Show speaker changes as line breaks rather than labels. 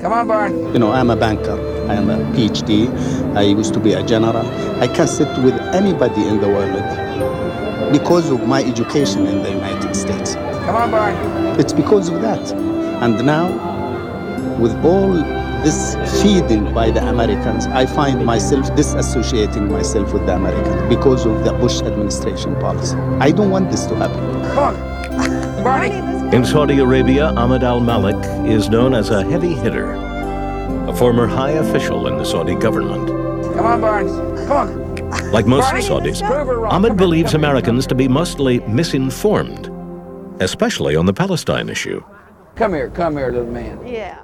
Come on, Barn.
You know, I'm a banker. I am a PhD. I used to be a general. I can sit with anybody in the world because of my education in the United States.
Come on, Barn.
It's because of that. And now, with all this feeding by the Americans, I find myself disassociating myself with the Americans because of the Bush administration policy. I don't want this to happen.
Come on. Barney.
In Saudi Arabia, Ahmed Al Malik is known as a heavy hitter, a former high official in the Saudi government.
Come on, Barnes. Come on.
Like most
Barney,
Saudis,
prove her wrong. Come
Ahmed
on,
believes
come on.
Americans to be mostly misinformed, especially on the Palestine issue.
Come here, come here, little man.
Yeah.